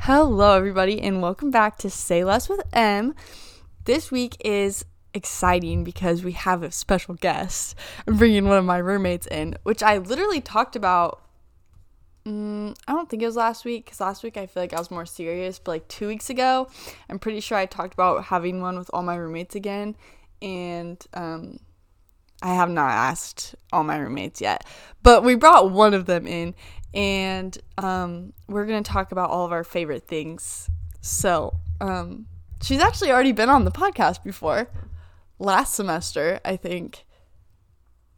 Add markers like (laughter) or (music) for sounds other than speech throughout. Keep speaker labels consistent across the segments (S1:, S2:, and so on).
S1: Hello, everybody, and welcome back to Say Less with M. This week is exciting because we have a special guest. I'm bringing one of my roommates in, which I literally talked about. mm, I don't think it was last week because last week I feel like I was more serious, but like two weeks ago, I'm pretty sure I talked about having one with all my roommates again, and um, I have not asked all my roommates yet, but we brought one of them in, and um, we're gonna talk about all of our favorite things. So, um, she's actually already been on the podcast before, last semester, I think,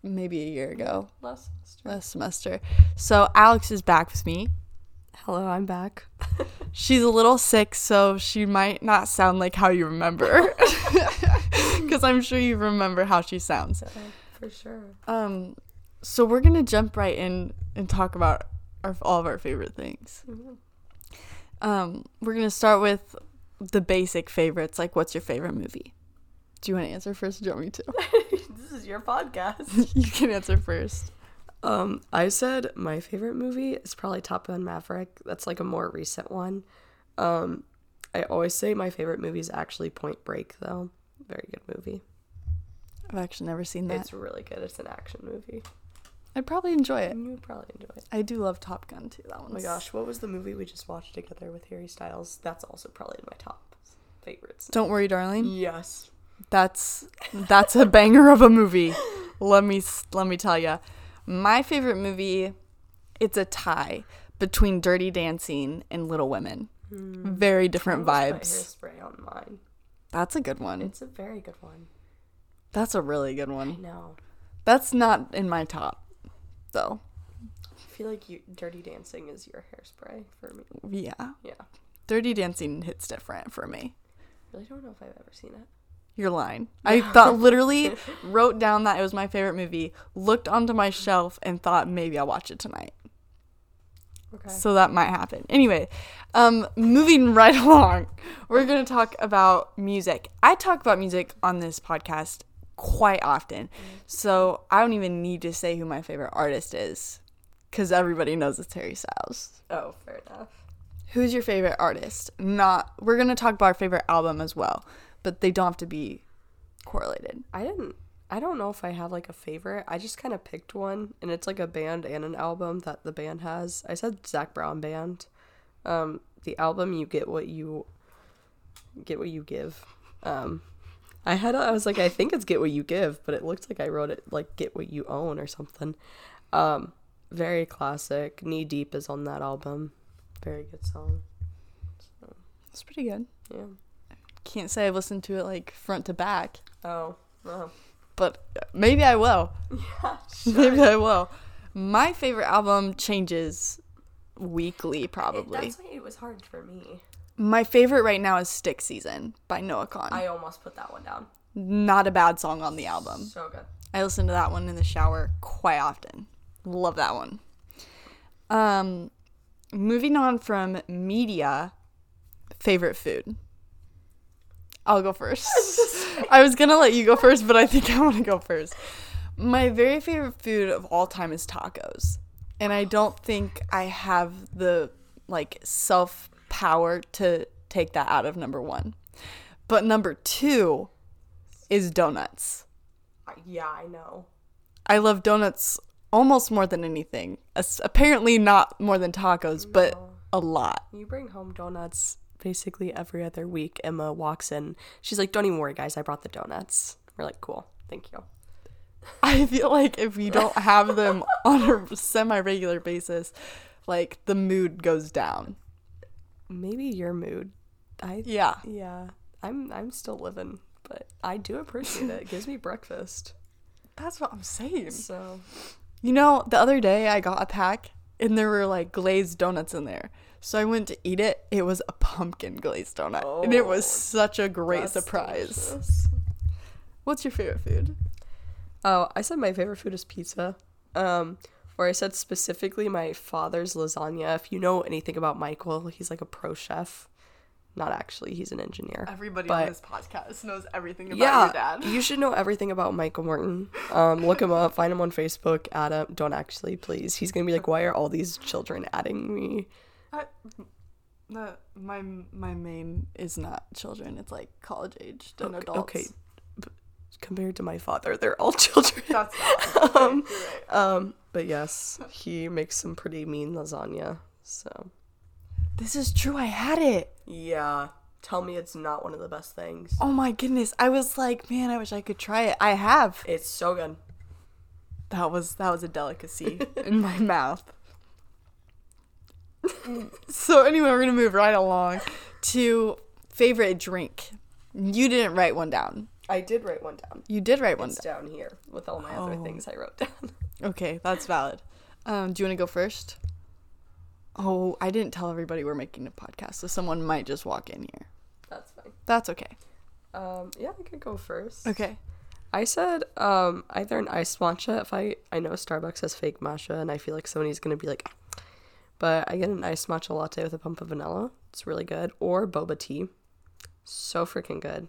S1: maybe a year ago,
S2: last semester.
S1: last semester. So Alex is back with me.
S2: Hello, I'm back.
S1: (laughs) She's a little sick, so she might not sound like how you
S2: (laughs)
S1: remember, (laughs) because I'm sure you remember how she sounds.
S2: for sure.
S1: Um, so we're gonna jump right in and talk about our, all of our favorite things. Um, we're gonna start with the basic favorites, like what's your favorite movie? Do you want to answer first? Or do you want me
S2: (laughs)
S1: to?
S2: (laughs)
S1: (laughs)
S2: this is your podcast.
S1: you can answer first.
S2: Um, I said my favorite movie is probably Top Gun Maverick. That's like a more recent one. Um, I always say my favorite movie is actually Point Break, though. Very good movie.
S1: I've actually never seen that.
S2: It's really good. It's an action movie.
S1: I'd probably enjoy it.
S2: And you would probably enjoy it.
S1: I do love Top Gun too. That
S2: Eh. Oh
S1: one's
S2: my gosh, what was the movie we just watched together with Harry Styles? That's also probably my top favorites.
S1: Don't worry,
S2: Mm.
S1: darling.
S2: Yes. (laughs)
S1: That's that's a banger of a movie. Let me s- let me tell you, my favorite movie. It's a tie between Dirty Dancing and Little Women.
S2: Hmm.
S1: Very different vibes.
S2: Hairspray on mine.
S1: That's a good one.
S2: It's a very good one.
S1: That's a really good one.
S2: No.
S1: That's not in my top, though.
S2: I feel like you, Dirty Dancing is your hairspray for me.
S1: Yeah.
S2: Yeah.
S1: Dirty Dancing hits different for me.
S2: Really don't know if I've ever seen it.
S1: You're lying. I thought literally wrote down that it was my favorite movie, looked onto my shelf, and thought maybe I'll watch it tonight.
S2: Okay.
S1: So that might happen. Anyway, um, moving (laughs) right along, we're going to talk about music. I talk about music on this podcast quite often. So I don't even need to say who my favorite artist is because everybody knows it's Harry Styles.
S2: Oh, fair enough.
S1: Who's your favorite artist? Not, we're going to talk about our favorite album as well, but they don't have to be correlated.
S2: I didn't. I don't know if I have like a favorite. I just kind of picked one, and it's like a band and an album that the band has. I said Zach Brown Band. Um, the album you get what you get what you give. Um, I had. A, I was like, I think it's get what you give, but it looked like I wrote it like get what you own or something. Um, very classic. Knee Deep is on that album. Very good song.
S1: It's pretty good.
S2: Yeah.
S1: Can't say I've listened to it like front to back,
S2: Oh. Oh.
S1: but maybe I will.
S2: (laughs) Yeah.
S1: (laughs) Maybe I will. My favorite album changes weekly, probably.
S2: That's why it was hard for me.
S1: My favorite right now is Stick Season by Noah Khan.
S2: I almost put that one down.
S1: Not a bad song on the album.
S2: So good.
S1: I listen to that one in the shower quite often. Love that one. Um, moving on from media, favorite food. I'll go first. I was gonna let you go first, but I think I want to go first. My very favorite food of all time is tacos, and I don't think I have the like self power to take that out of number one. But number two is donuts.
S2: I, yeah, I know.
S1: I love donuts almost more than anything. As- apparently, not more than tacos, but a lot. (laughs)
S2: You bring home donuts basically every other week. Emma walks in. She's like, "Don't even worry, guys. I brought the donuts." We're like, "Cool, thank you."
S1: I feel like if you don't have (laughs) them on a semi regular basis, like the mood goes down.
S2: Maybe your mood. I yeah.
S1: Yeah.
S2: I'm I'm still living, but I do appreciate it. It gives
S1: (laughs)
S2: me breakfast.
S1: That's what I'm saying.
S2: So
S1: You know, the other day I got a pack and there were like glazed donuts in there. So I went to eat it. It was a pumpkin glazed donut. and it was
S2: Oh,
S1: such a great
S2: that's
S1: surprise.
S2: delicious.
S1: What's your favorite food?
S2: Oh, I said my favorite food is pizza. Um, or I said specifically my father's lasagna. If you know anything about Michael, he's like a pro chef. Not actually, he's an engineer.
S1: Everybody
S2: on But-
S1: this podcast knows everything
S2: yeah, you should know everything about Michael Morton. Um, look him up, find him on Facebook. Add him. Don't actually, please. He's gonna be like, why are all these children adding me?
S1: the my my main is not children. It's like college aged and
S2: Okay-
S1: adults. (laughs)
S2: okay. Compared to my father, they're all (laughs) children.
S1: That's (laughs)
S2: um, um, but yes, he makes some pretty mean lasagna. So
S1: This is true. I had it.
S2: yeah, tell me it's not one of the best things.
S1: Oh my goodness. I was like, man, I wish I could try it. I have.
S2: It's so good.
S1: That was that was a delicacy
S2: (laughs)
S1: in my mouth. (laughs) so anyway, we're gonna move right along to favorite drink. You didn't write one down.
S2: I did write one down.
S1: You did write one
S2: It's down Oh. here with all my other things I wrote down. (laughs)
S1: down. Okay, that's valid. Um, do you want to go first? Oh, I didn't tell everybody we're making a podcast, so someone might just walk in here.
S2: That's fine.
S1: That's okay.
S2: Um, yeah, I could go first.
S1: Okay.
S2: I said um, either an iced matcha. If I I know Starbucks has fake matcha, and I feel like somebody's gonna be like, but I get an iced matcha latte with a pump of vanilla. It's really good. Or boba tea, so freaking good.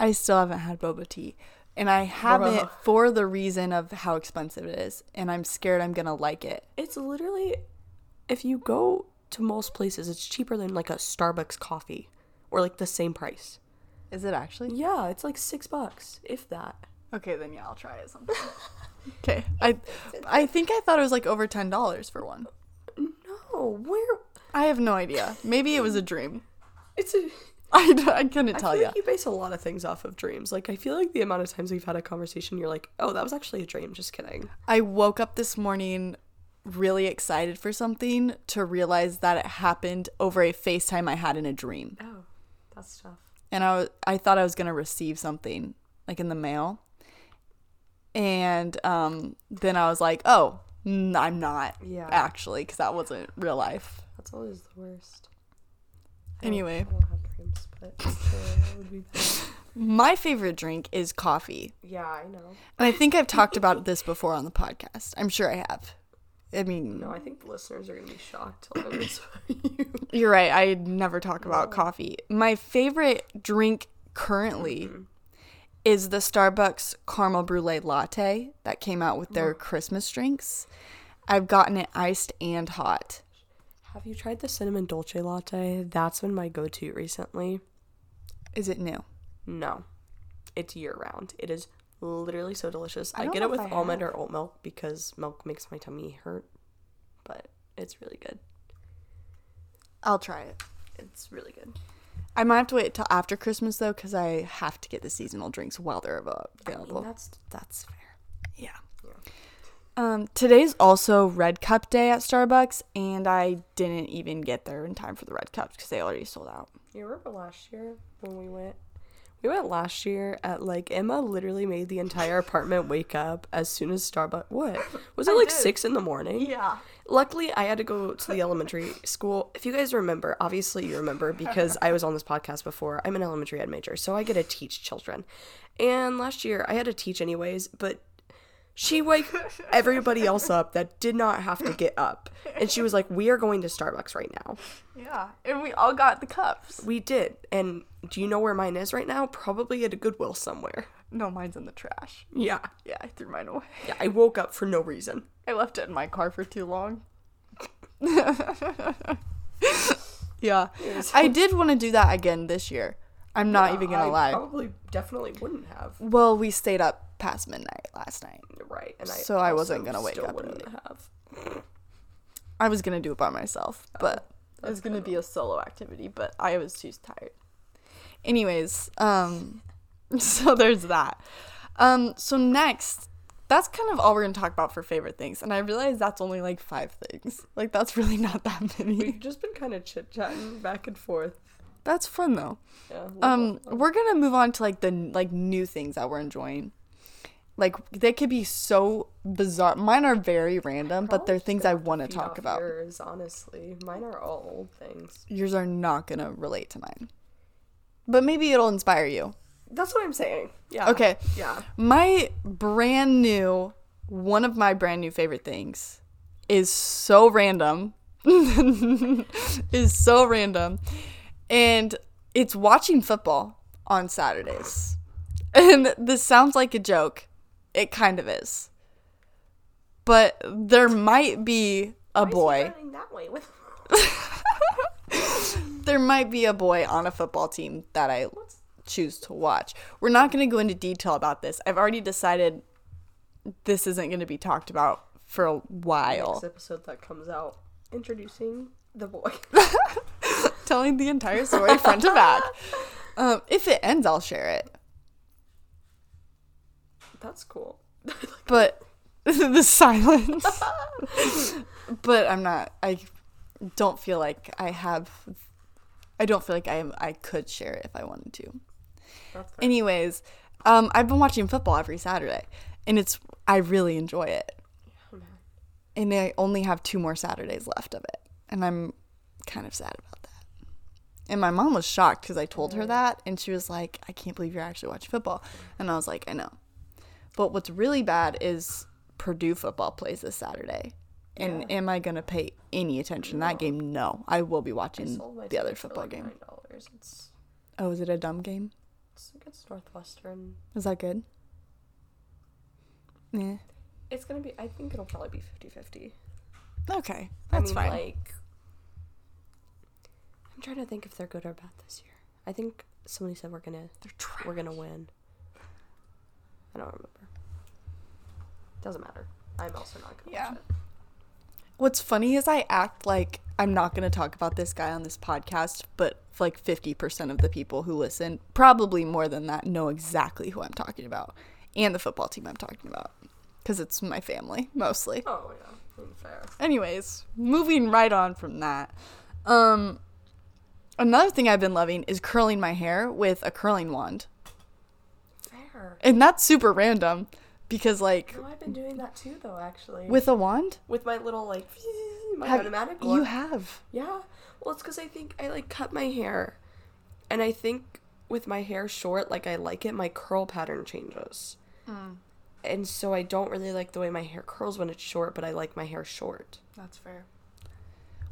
S1: I still haven't had boba tea. And I have
S2: Bruh.
S1: it for the reason of how expensive it is. And I'm scared I'm going to like it.
S2: It's literally, if you go to most places, it's cheaper than like a Starbucks coffee, or like the same price.
S1: Is it actually?
S2: Yeah, it's like six bucks, if that.
S1: Okay, then yeah, I'll try it (laughs) sometime. okay. I I think I thought it was like over $10 for one.
S2: No, where?
S1: I have no idea. Maybe it was a dream.
S2: It's a.
S1: (laughs) I, d- I couldn't
S2: I
S1: tell
S2: feel
S1: you.
S2: like you base a lot of things off of dreams. Like I feel like the amount of times we've had a conversation, you're like, "Oh, that was actually a dream." Just kidding.
S1: I woke up this morning really excited for something to realize that it happened over a FaceTime I had in a dream.
S2: Oh, that's tough.
S1: and I was, I thought I was gonna receive something like in the mail, and um, then I was like, oh, n- I'm not
S2: Yeah.
S1: actually because that wasn't real life.
S2: That's always the worst.
S1: Anyway,
S2: I don't have dreams, but that would be bad.
S1: my favorite drink is coffee,
S2: (laughs) Yeah, I know.
S1: and I think I've talked about this before on the podcast. I'm sure I have. I mean,
S2: No, I think the listeners are gonna be shocked to learn this (coughs) from you.
S1: You're right. I never talk about coffee. My favorite drink currently is the Starbucks caramel brulee latte that came out with their Christmas drinks. I've gotten it iced and hot.
S2: Have you tried the cinnamon dolce latte? That's been my go-to recently.
S1: Is it new?
S2: No, it's year-round. It is literally so delicious. I,
S1: don't
S2: get
S1: know
S2: it with
S1: if I
S2: almond or oat milk because milk makes my tummy hurt, but it's really good.
S1: I'll try it.
S2: It's really good.
S1: I might have to wait till after Christmas though, because I have to get the seasonal drinks while they're ava- available.
S2: that's that's fair.
S1: Yeah. Um, today's also Red Cup Day at Starbucks, and I didn't even get there in time for the Red Cups because they already sold out.
S2: You remember last year when we went? We went last year at like Emma literally made the entire apartment wake up as soon as Starbucks. What was it like six in the morning?
S1: Yeah.
S2: Luckily, I had to go to the elementary school. If you guys remember, obviously you remember because I was on this podcast before. I'm an elementary ed major, so I get to teach children. And last year I had to teach anyways, but she woke everybody else up that did not have to get up. And she was like, "We are going to Starbucks right now."
S1: Yeah, and we all got the cups.
S2: We did. And do you know where mine is right now? Probably at a Goodwill somewhere.
S1: No, mine's in the trash.
S2: Yeah.
S1: Yeah, I threw mine away.
S2: Yeah, I woke up for no reason.
S1: I left it in my car for too long. (laughs) yeah, I did want to do that again this year. I'm not even gonna
S2: I
S1: lie.
S2: Probably definitely wouldn't have.
S1: well, we stayed up past midnight last night.
S2: Right. And I
S1: So I wasn't
S2: also
S1: gonna wake
S2: still
S1: up
S2: wouldn't have.
S1: I was gonna do it by myself, but it was gonna be a solo activity. But I was too tired. Anyways, um, (laughs) so there's that. Um, so next, that's kind of all we're gonna talk about for favorite things, and I realize that's only like five things. Like that's (laughs) really not that many.
S2: We've just been kind of chit chatting back and forth.
S1: That's fun though.
S2: Yeah.
S1: Um, we're gonna move on to like the like new things that we're enjoying. Like they could be so bizarre. Mine are very random, but they're things I want to
S2: Feed
S1: talk
S2: off
S1: about.
S2: Yours, honestly, mine are all old things.
S1: yours are not going to relate to mine. But maybe it'll inspire you.
S2: That's what I'm saying. Yeah.
S1: Okay.
S2: Yeah.
S1: My brand new, one of my brand new favorite things is so random. (laughs) is so random. And it's watching football on Saturdays. And this sounds like a joke. It kind of is. But there might be a boy.
S2: that way with.
S1: there might be a boy on a football team that I choose to watch. We're not going to go into detail about this. I've already decided this isn't going to be talked about for a while.
S2: (laughs) Next episode that comes out introducing
S1: (laughs)
S2: the boy.
S1: Telling the entire story front to back. Um, if it ends, I'll share it.
S2: That's cool.
S1: But (laughs) the silence. but I'm not. I don't feel like I have. I don't feel like I am. I could share it if I wanted to.
S2: That's fair.
S1: Anyways, um, I've been watching football every Saturday, and it's I really enjoy it. Oh, And I only have two more Saturdays left of it, and I'm kind of sad about that. And my mom was shocked because I told her that, and she was like, "I can't believe you're actually watching football." And I was like, "I know." But what's really bad is Purdue football plays this Saturday. And am I going to pay any attention to that game? No. I will be watching
S2: Sold my
S1: the other
S2: ticket for,
S1: football
S2: like,
S1: game.
S2: $9. It's,
S1: Oh, is it a dumb game?
S2: it's against Northwestern.
S1: Is that good? Yeah.
S2: It's gonna be. I think it'll probably be 50-50.
S1: Okay.
S2: I
S1: That's
S2: mean,
S1: fine.
S2: Like, I'm trying to think if they're good or bad this year. I think somebody said we're gonna
S1: They're trash.
S2: we're gonna win. I don't remember. Doesn't matter. I'm also not gonna.
S1: Yeah.
S2: Watch it.
S1: What's funny is I act like I'm not going to talk about this guy on this podcast, but like 50% of the people who listen, probably more than that, know exactly who I'm talking about and the football team I'm talking about because it's my family mostly.
S2: Oh yeah. I mean, fair.
S1: Anyways, moving right on from that. Um another thing I've been loving is curling my hair with a curling wand.
S2: Fair.
S1: And that's super random because like
S2: No, I've been doing that too though. Actually.
S1: with a wand?
S2: with my little like my
S1: Have-
S2: automatic one.
S1: You have.
S2: Yeah. Well, it's because I think I like cut my hair, and I think with my hair short, like I like it, my curl pattern changes. Mm. And so I don't really like the way my hair curls when it's short, but I like my hair short.
S1: That's fair.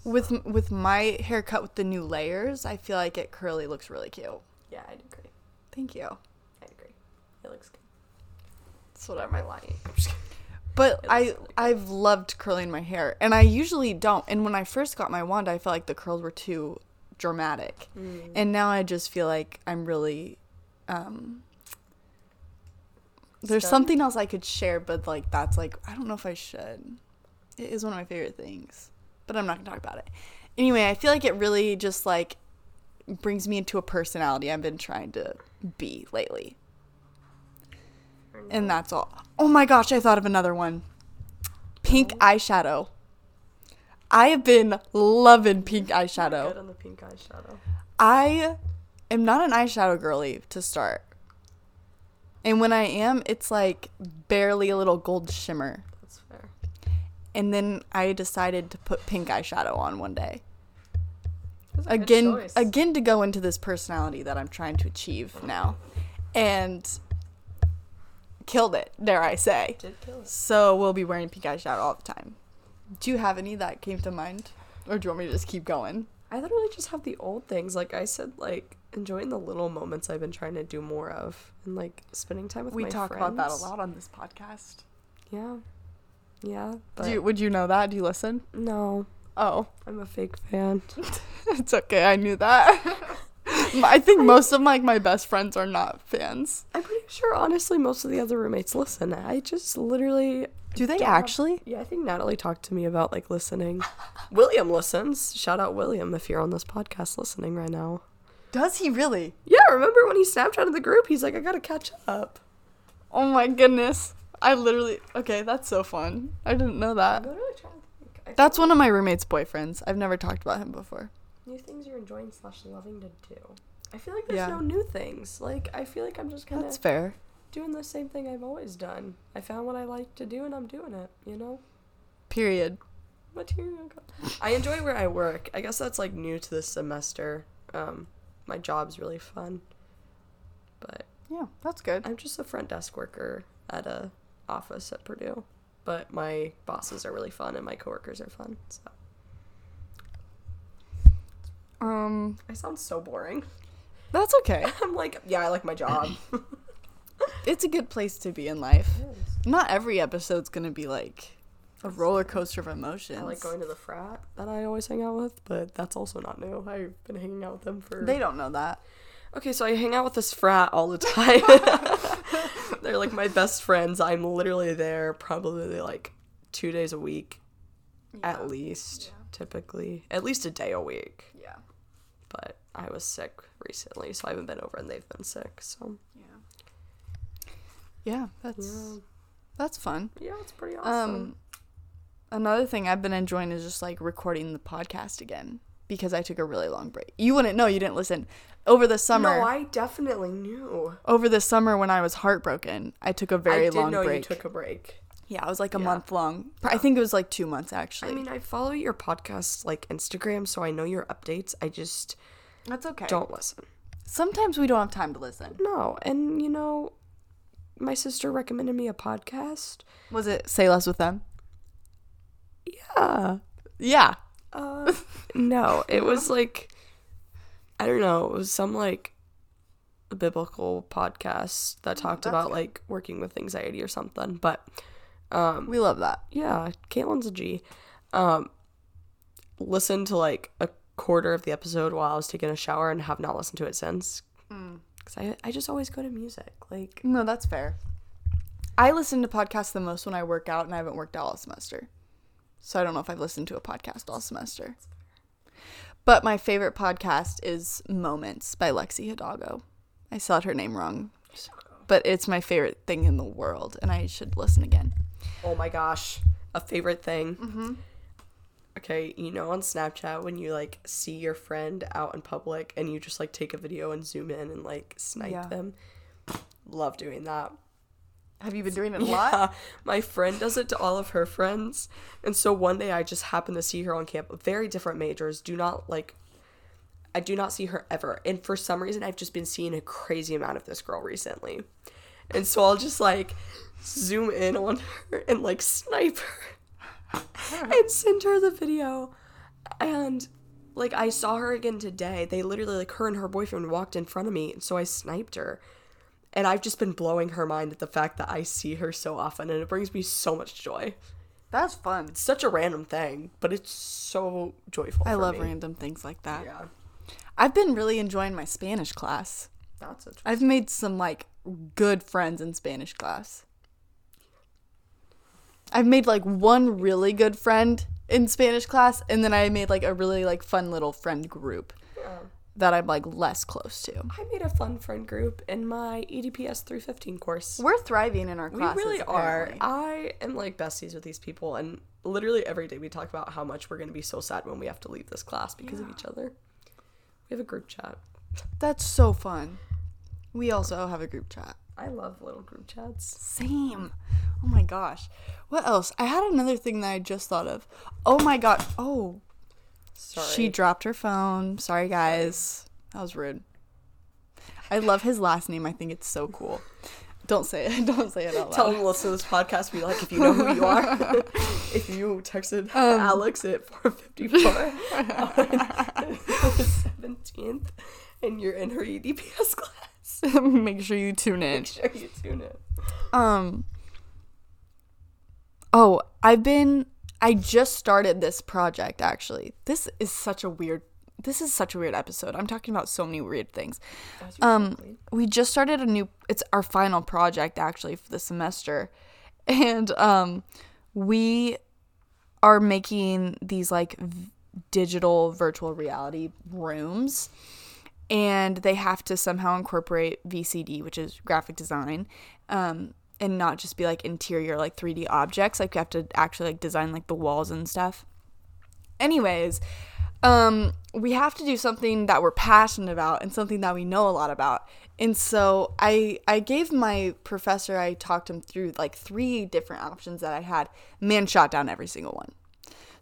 S1: With with my haircut with the new layers, I feel like it curly looks really cute.
S2: Yeah, I'd agree.
S1: Thank you.
S2: I'd agree. It looks good.
S1: That's what
S2: Am I
S1: I'm
S2: lying? I'm just kidding.
S1: But
S2: looks
S1: I
S2: really good.
S1: I've loved curling my hair, and I usually don't. And when I first got my wand, I felt like the curls were too dramatic,
S2: Mm.
S1: and now I just feel like I'm really. Um, there's
S2: Stuck?
S1: something else I could share, but like that's like I don't know if I should. It is one of my favorite things, but I'm not gonna talk about it. Anyway, I feel like it really just like brings me into a personality I've been trying to be lately. And that's all. Oh my gosh, I thought of another one. Pink eyeshadow. I have been loving pink
S2: Good
S1: eyeshadow.
S2: on the pink eyeshadow.
S1: I am not an eyeshadow girly to start. And when I am, it's like barely a little gold shimmer.
S2: That's fair.
S1: And then I decided to put pink eyeshadow on one day.
S2: That's a good
S1: again
S2: choice.
S1: again to go into this personality that I'm trying to achieve now. And killed it, dare I say.
S2: Did kill us.
S1: So we'll be wearing pink eyeshadow all the time. Do you have any that came to mind? Or do you want me to just keep going?
S2: I literally just have the old things. Like I said, like enjoying the little moments I've been trying to do more of, and like spending time with
S1: we
S2: my
S1: talk about that a
S2: friends.
S1: lot on this podcast.
S2: Yeah. Yeah. But
S1: Do you, would you know that? Do you listen?
S2: no,
S1: Oh,
S2: I'm a fake fan.
S1: it's okay. I knew that. (laughs) I think most of like my best friends are not fans.
S2: I'm pretty sure, honestly, most of the other roommates listen. I just literally.
S1: Do they
S2: don't have-
S1: actually?
S2: yeah, I think Natalie talked to me about like listening. (laughs) William listens. Shout out William if you're on this podcast listening right now.
S1: Does he really?
S2: Yeah, remember when he snapped out of the group? He's like, I gotta catch up.
S1: Oh my goodness. I literally Okay, that's so fun. I didn't know
S2: I'm
S1: that.
S2: literally trying to think. I
S1: Uh, That's one of my roommate's boyfriends. I've never talked about him before.
S2: new things you're enjoying slash loving to do. I feel like there's
S1: Yeah.
S2: no new things. Like I feel like I'm just kind
S1: That's
S2: of
S1: fair.
S2: doing the same thing I've always done. I found what I like to do and I'm doing it. You know.
S1: Period.
S2: material co- I enjoy where I work. I guess that's like new to this semester. Um, my job's really fun, but
S1: Yeah, that's good.
S2: I'm just a front desk worker at a office at Purdue. But my bosses are really fun and my coworkers are fun. So
S1: Um
S2: I sound so boring. (laughs)
S1: That's okay. (laughs)
S2: I'm like, yeah, I like my job.
S1: It's a good place to be in life. Not every episode's gonna be like a roller coaster of emotions.
S2: I like going to the frat that I always hang out with, but that's also not new. I've been hanging out with them for.
S1: they don't know that.
S2: okay, so I hang out with this frat all the time. (laughs) They're like my best friends. I'm literally there probably like two days a week, at least, typically. At least a day a week.
S1: Yeah.
S2: But I was sick recently, so I haven't been over and they've been sick. So,
S1: Yeah. Yeah, that's that's fun.
S2: yeah, it's pretty
S1: Um another thing I've been enjoying is just like recording the podcast again because I took a really long break. You wouldn't know, you didn't listen. Over the summer,
S2: No, I definitely knew.
S1: over the summer when I was heartbroken, I took a very
S2: I did
S1: long
S2: know
S1: break.
S2: you took a break.
S1: yeah, it was like a month long. Pr- I think it was like 2 months actually.
S2: I mean, I follow your podcast like Instagram, so I know your updates. I just
S1: that's okay.
S2: don't listen.
S1: Sometimes we don't have time to listen.
S2: No, and you know, my sister recommended me a podcast.
S1: Was it Say Less with them?
S2: Yeah.
S1: Yeah.
S2: Uh, no, it was like I don't know. It was some like biblical podcast that talked about like working with anxiety or something. But
S1: We love that.
S2: yeah, Caitlin's a G. Um, listened to like a quarter of the episode while I was taking a shower and have not listened to it since. Because I, I just always go to music. Like,
S1: No, that's fair. I listen to podcasts the most when I work out, and I haven't worked out all semester. So I don't know if I've listened to a podcast all semester. But my favorite podcast is Moments by Lexi Hidalgo. I said her name wrong, but it's my favorite thing in the world, and I should listen again.
S2: oh my gosh, a favorite thing. Okay, you know on Snapchat when you like see your friend out in public and you just like take a video and zoom in and like snipe
S1: Yeah.
S2: them? Love doing that.
S1: Have you been doing it a lot?
S2: Yeah, my friend does it to all of her friends. And so one day I just happened to see her on camp. Very different majors. Do not like I do not see her ever. And for some reason I've just been seeing a crazy amount of this girl recently. And so I'll just like zoom in on her and like snipe her and send her the video. And like I saw her again today. They literally like her and her boyfriend walked in front of me, and so I sniped her. And I've just been blowing her mind at the fact that I see her so often, and it brings me so much joy.
S1: That's fun.
S2: It's such a random thing, but it's so joyful.
S1: I
S2: for
S1: love
S2: me.
S1: random things like that.
S2: Yeah,
S1: I've been really enjoying my Spanish class.
S2: that's a. Joy.
S1: I've made some like good friends in Spanish class. I've made like one really good friend in Spanish class and then I made like a really like fun little friend group that I'm like less close to.
S2: I made a fun friend group in my E EDPS 315 course.
S1: We're thriving in our
S2: We
S1: classes.
S2: really are.
S1: apparently.
S2: I am like besties with these people, and literally every day we talk about how much we're going to be so sad when we have to leave this class because of each other. We have a group chat.
S1: That's so fun. We also have a group chat.
S2: I love little group chats.
S1: Same. Oh my gosh. What else? I had another thing that I just thought of. Oh my god. Oh,
S2: Sorry.
S1: She dropped her phone. Sorry, guys. That was rude. I love his last name. I think it's so cool. Don't say it. (laughs) Don't say it out
S2: Tell (laughs)
S1: loud.
S2: them to listen to this podcast. Be like, if you know who you (laughs) are, if you texted Alex at 4:54 on the seventeenth, and you're in her E EDPS (laughs) class,
S1: (laughs) Make sure you tune in.
S2: sure you tune in.
S1: Um. Oh, I've been. I just started this project. Actually, this is such a weird. This is such a weird episode. I'm talking about so many weird things. Um, we just started a new. It's our final project actually for the semester, (laughs) and um, we are making these like v- digital virtual reality rooms and they have to somehow incorporate VCD, which is graphic design, um, and not just be like interior like 3D objects. Like you have to actually like design like the walls and stuff. Anyways, um, we have to do something that we're passionate about and something that we know a lot about. And so I I gave my professor I talked him through like three different options that I had. Man shot down every single one.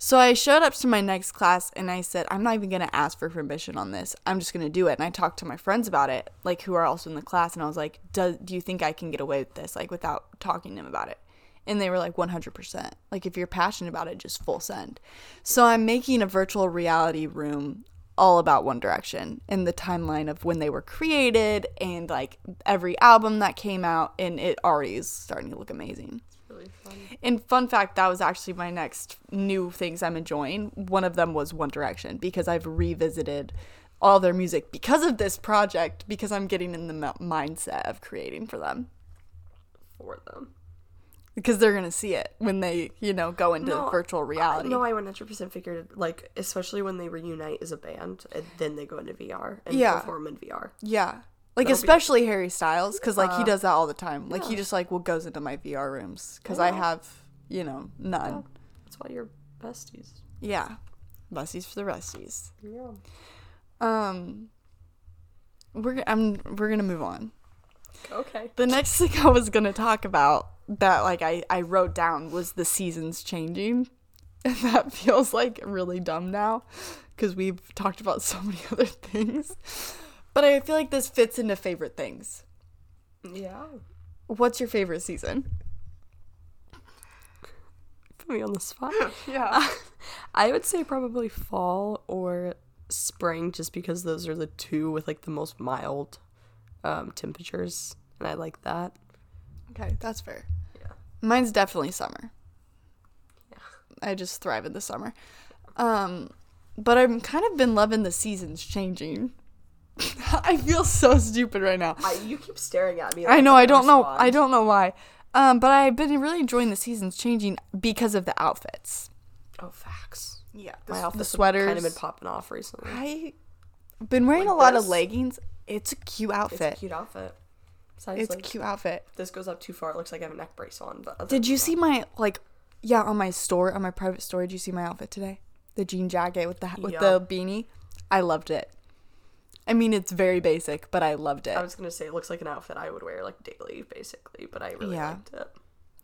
S1: So I showed up to my next class and I said, I'm not even going to ask for permission on this. I'm just going to do it. And I talked to my friends about it, like who are also in the class. And I was like, do, do you think I can get away with this, like without talking to them about it? And they were like, 100%. Like, if you're passionate about it, just full send. So I'm making a virtual reality room all about One Direction and the timeline of when they were created and like every album that came out. And it already is starting to look amazing.
S2: Really fun.
S1: And fun fact, that was actually my next new things I'm enjoying. One of them was One Direction because I've revisited all their music because of this project because I'm getting in the mi- mindset of creating for them
S2: for them.
S1: because they're going to see it when they, you know, go into virtual reality.
S2: No, I 100% figured, like, especially when they reunite as a band and then they go into VR and
S1: Yeah.
S2: perform in VR.
S1: yeah. Like especially Harry Styles cuz like he does that all the time. Like he just like will goes into my VR rooms cuz I have, you know, none.
S2: That's why you're besties.
S1: Yeah. Busties for the rusties.
S2: Yeah.
S1: Um we're g- I'm we're going to move on.
S2: Okay.
S1: The next (laughs) thing I was gonna talk about that like I, I wrote down was the seasons changing. (laughs) And that feels like really dumb now because we've talked about so many (laughs) other things. But I feel like this fits into favorite things.
S2: Yeah.
S1: What's your favorite season?
S2: Put me on the spot. (laughs)
S1: Yeah.
S2: I would say probably fall or spring just because those are the two with like the most mild um, temperatures and I like that.
S1: (laughs) Okay, that's fair.
S2: Yeah.
S1: Mine's definitely summer.
S2: Yeah.
S1: I just thrive in the summer. Um, but I've kind of been loving the seasons changing. (laughs) I feel so stupid right now.
S2: I, you keep staring at me.
S1: I know. I don't know. I don't know why. Um, but I've been really enjoying the seasons changing because of the outfits.
S2: Oh, facts.
S1: Yeah,
S2: My
S1: the
S2: outfits have
S1: sweaters.
S2: kind of been popping off recently.
S1: I been wearing a lot of
S2: this?
S1: leggings. It's a cute
S2: It's a
S1: outfit.
S2: cute outfit. Besides,
S1: It's a
S2: like,
S1: cute outfit.
S2: this goes up too far. It looks like I have a neck brace on. But other
S1: Did you see my like? Yeah, on my store, on my private store, did you see my outfit today? The jean jacket with the with
S2: Yeah.
S1: the beanie. I loved it. I mean, it's very basic, but I loved it.
S2: I was gonna say it looks like an outfit I would wear like daily, basically. But I really
S1: Yeah.
S2: liked it.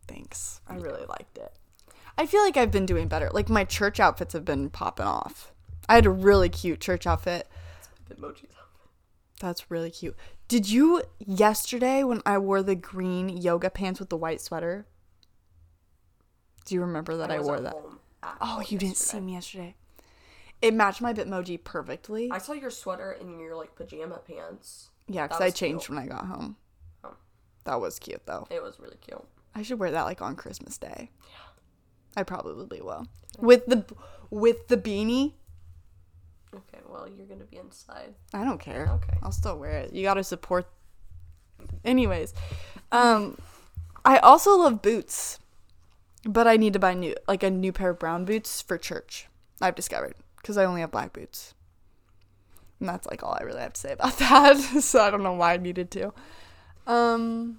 S1: Thanks.
S2: I really liked it.
S1: I feel like I've been doing better. Like my church outfits have been popping off. I had a really cute church outfit.
S2: Emoji's outfit.
S1: That's really cute. Did you yesterday when I wore the green yoga pants with the white sweater? Do you remember that I,
S2: was
S1: wore
S2: at
S1: that?
S2: home at
S1: Oh,
S2: work
S1: you didn't
S2: yesterday.
S1: see me yesterday. It matched my Bitmoji perfectly.
S2: I saw your sweater and your like pajama pants.
S1: yeah, because
S2: that
S1: I
S2: was
S1: changed when I got home.
S2: Oh.
S1: That was cute though.
S2: It was really cute.
S1: I should wear that like on Christmas Day. I probably will. With the with the beanie,
S2: Okay, well you're gonna be inside.
S1: I don't care.
S2: Okay.
S1: I'll still wear it. You got to support. Anyways, um, I also love boots, but I need to buy new, like a new pair of brown boots for church. I've discovered because I only have black boots, and that's like all I really have to say about (laughs) that. so I don't know why I needed to. Um,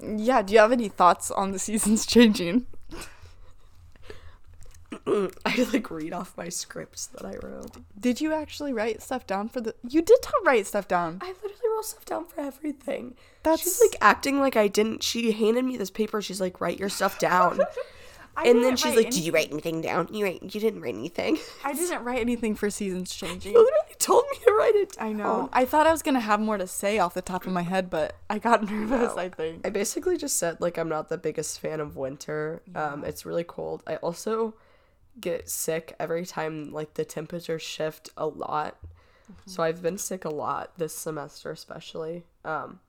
S1: yeah. Do you have any thoughts on the (laughs) seasons changing?
S2: (laughs) I like read off my scripts that I wrote.
S1: Did you actually write stuff down for the? You did t- write stuff down.
S2: I literally wrote stuff down for everything.
S1: That's
S2: She's like acting like I didn't. She handed me this paper. She's like, write your stuff (laughs) down. and then
S1: didn't
S2: she's
S1: write
S2: like, did you write anything down? You write, you didn't write anything.
S1: I didn't write anything for seasons changing.
S2: (laughs) You literally told me to write it.
S1: I
S2: down.
S1: know. Oh, I thought I was gonna have more to say off the top of my head, but I got (laughs) nervous. I think.
S2: I basically just said like I'm not the biggest fan of winter. Um, it's really cold. I also get sick every time like the temperatures shift a lot. So I've been sick a lot this semester especially. Um,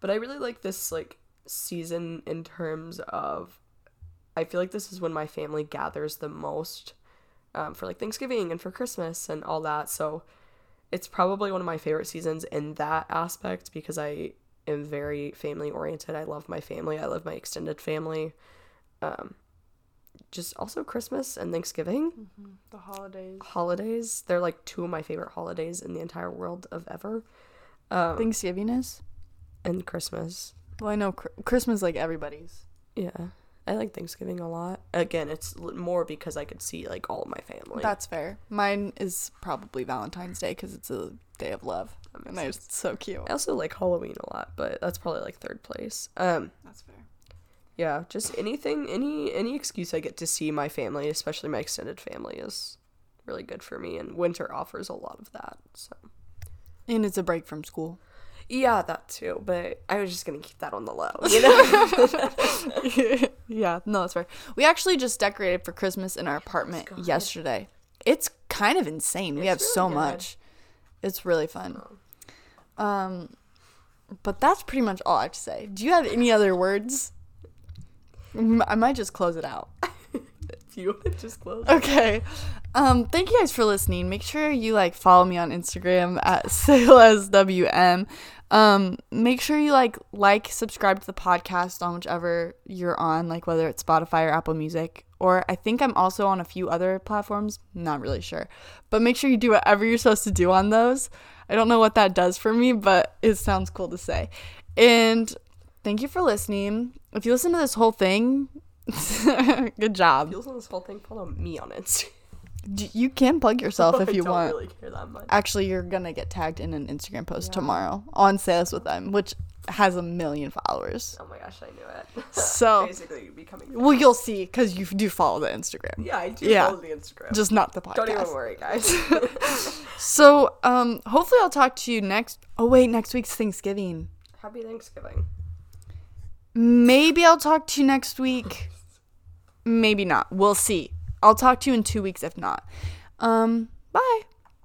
S2: but I really like this like season in terms of I feel like this is when my family gathers the most um, for like Thanksgiving and for Christmas and all that. So it's probably one of my favorite seasons in that aspect because I am very family oriented. I love my family. I love my extended family. Um, just also Christmas and Thanksgiving
S1: The holidays.
S2: holidays. They're like two of my favorite holidays in the entire world of ever. Um,
S1: Thanksgiving is.
S2: and Christmas.
S1: Well, I know Chr- Christmas like everybody's.
S2: Yeah. I like Thanksgiving a lot. Again, it's l- more because I could see like all of my family.
S1: That's fair. Mine is probably Valentine's Day because it's a day of love, and it's so cute.
S2: I also like Halloween a lot, but that's probably like third place. Um,
S1: That's fair.
S2: yeah just anything any any excuse i get to see my family especially my extended family is really good for me and winter offers a lot of that so
S1: And it's a break from school.
S2: yeah that too but i was just gonna keep that on the low you
S1: (laughs)
S2: know
S1: yeah, no, that's fair. We actually just decorated for Christmas in our apartment yesterday. It's kind of insane. we have
S2: It's really
S1: so
S2: good. Oh.
S1: much. It's really fun. Um, but that's pretty much all I have to say. Do you have any other words? M- I might just close it out.
S2: If you want to just close.
S1: (laughs) Okay. Um, thank you guys for listening. Make sure you like follow me on Instagram at (laughs) saleswm. Um, make sure you like like subscribe to the podcast on whichever you're on, like whether it's Spotify or Apple Music, or I think I'm also on a few other platforms. Not really sure, but make sure you do whatever you're supposed to do on those. I don't know what that does for me, but it sounds cool to say. And thank you for listening. If you listen to this whole thing, (laughs) good job.
S2: If you listen to this whole thing, follow me on Instagram.
S1: D- You can plug yourself if you
S2: (laughs) I don't
S1: want.
S2: really care that much.
S1: Actually, you're gonna get tagged in an Instagram post tomorrow on Sales with Them, which has a million
S2: (laughs)
S1: followers.
S2: Oh my gosh, I knew it.
S1: So-
S2: basically, you're becoming.
S1: Well, you'll see because you do follow the Instagram,
S2: Yeah, I do
S1: Yeah.
S2: follow the Instagram.
S1: just not the podcast.
S2: Don't even worry,
S1: (laughs)
S2: guys.
S1: So, um, hopefully, I'll talk to you next. Oh wait, next week's Thanksgiving.
S2: Happy Thanksgiving.
S1: Maybe I'll talk to you next week. Maybe not. We'll see. I'll talk to you in two weeks if not. Um, bye.